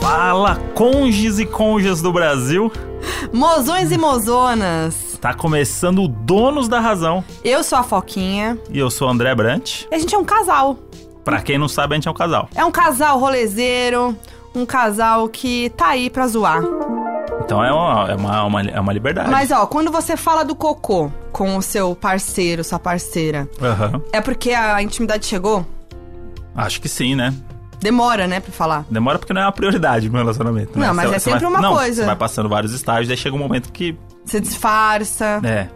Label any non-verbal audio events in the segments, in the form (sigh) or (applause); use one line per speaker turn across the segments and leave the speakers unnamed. Fala, conges e conjas do Brasil.
Mozões e mozonas.
Tá começando o Donos da Razão
Eu sou a Foquinha.
e eu sou o André Brant.
E a gente é um casal.
Pra quem não sabe, a gente é um casal.
É um casal rolezeiro, um casal que tá aí pra zoar.
Então é uma, é uma, uma- é uma liberdade.
Mas ó, quando você fala do cocô com o seu parceiro, sua parceira,
Aham.
é porque a intimidade chegou?
Acho que sim, né?
Demora, né, pra falar.
Demora porque não é uma prioridade no relacionamento. né?
Não, mas
Você-
é
você
sempre
vai-
uma
não,
coisa.
Você vai passando vários estágios, daí chega um momento que.
Você disfarça.
É.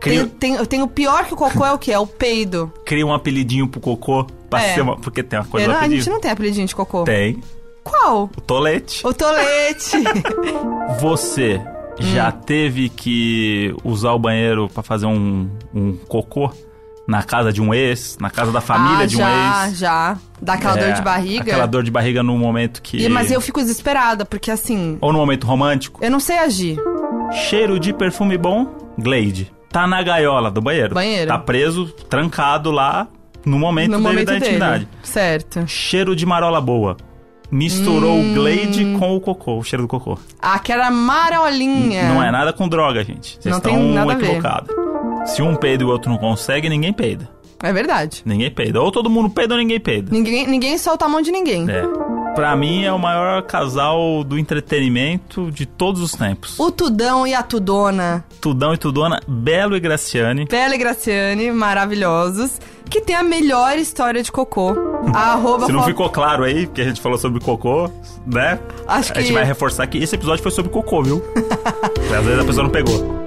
Cria,
Tem, tem, tem o pior que o cocô é o quê? É o peido.
cria um apelidinho pro cocô pra
É.
ser uma. Porque tem uma coisa
Eu
do
não- a
apelido.
gente não tem apelidinho de cocô.
Tem.
Qual?
O tolete.
O tolete.
Você já
Hum.
teve que usar o banheiro pra fazer um, um cocô na casa de um ex, na casa da (laughs) família
ah,
de um
já,
ex?
já. Dá aquela
É,
dor de barriga.
Aquela dor de barriga num momento que.
E- mas eu fico desesperada, porque assim,
Ou num momento romântico.
eu não sei agir.
Cheiro de perfume bom, Glade. Tá na gaiola do banheiro.
Banheiro.
Tá preso, trancado lá no momento
no
dele
momento
da intimidade.
dele. Certo.
Cheiro de marola boa. Misturou
Hum.
o Glade com o cocô, o cheiro do cocô.
Aquela marolinha.
Não é nada com droga, gente. Vocês
Não tem
estão
nada a ver.
equivocados. Se um peida e o outro não consegue, ninguém peida.
É verdade.
Ninguém peida. Ou todo mundo peida ou ninguém peida.
Ninguém, ninguém solta a mão de ninguém.
É. Pra mim é o maior casal do entretenimento de todos os tempos.
O Tudão e a Tudona,
Tudão e Tudona, Belo e Graciane.
Bela e Graciane, maravilhosos, que tem a melhor história
(laughs)
de cocô. A arroba
Se não
fo-
ficou claro aí, porque a gente falou sobre cocô, né?
Acho
A gente
que- (laughs)
vai reforçar que esse episódio foi sobre cocô, viu? Às vezes a pessoa não pegou.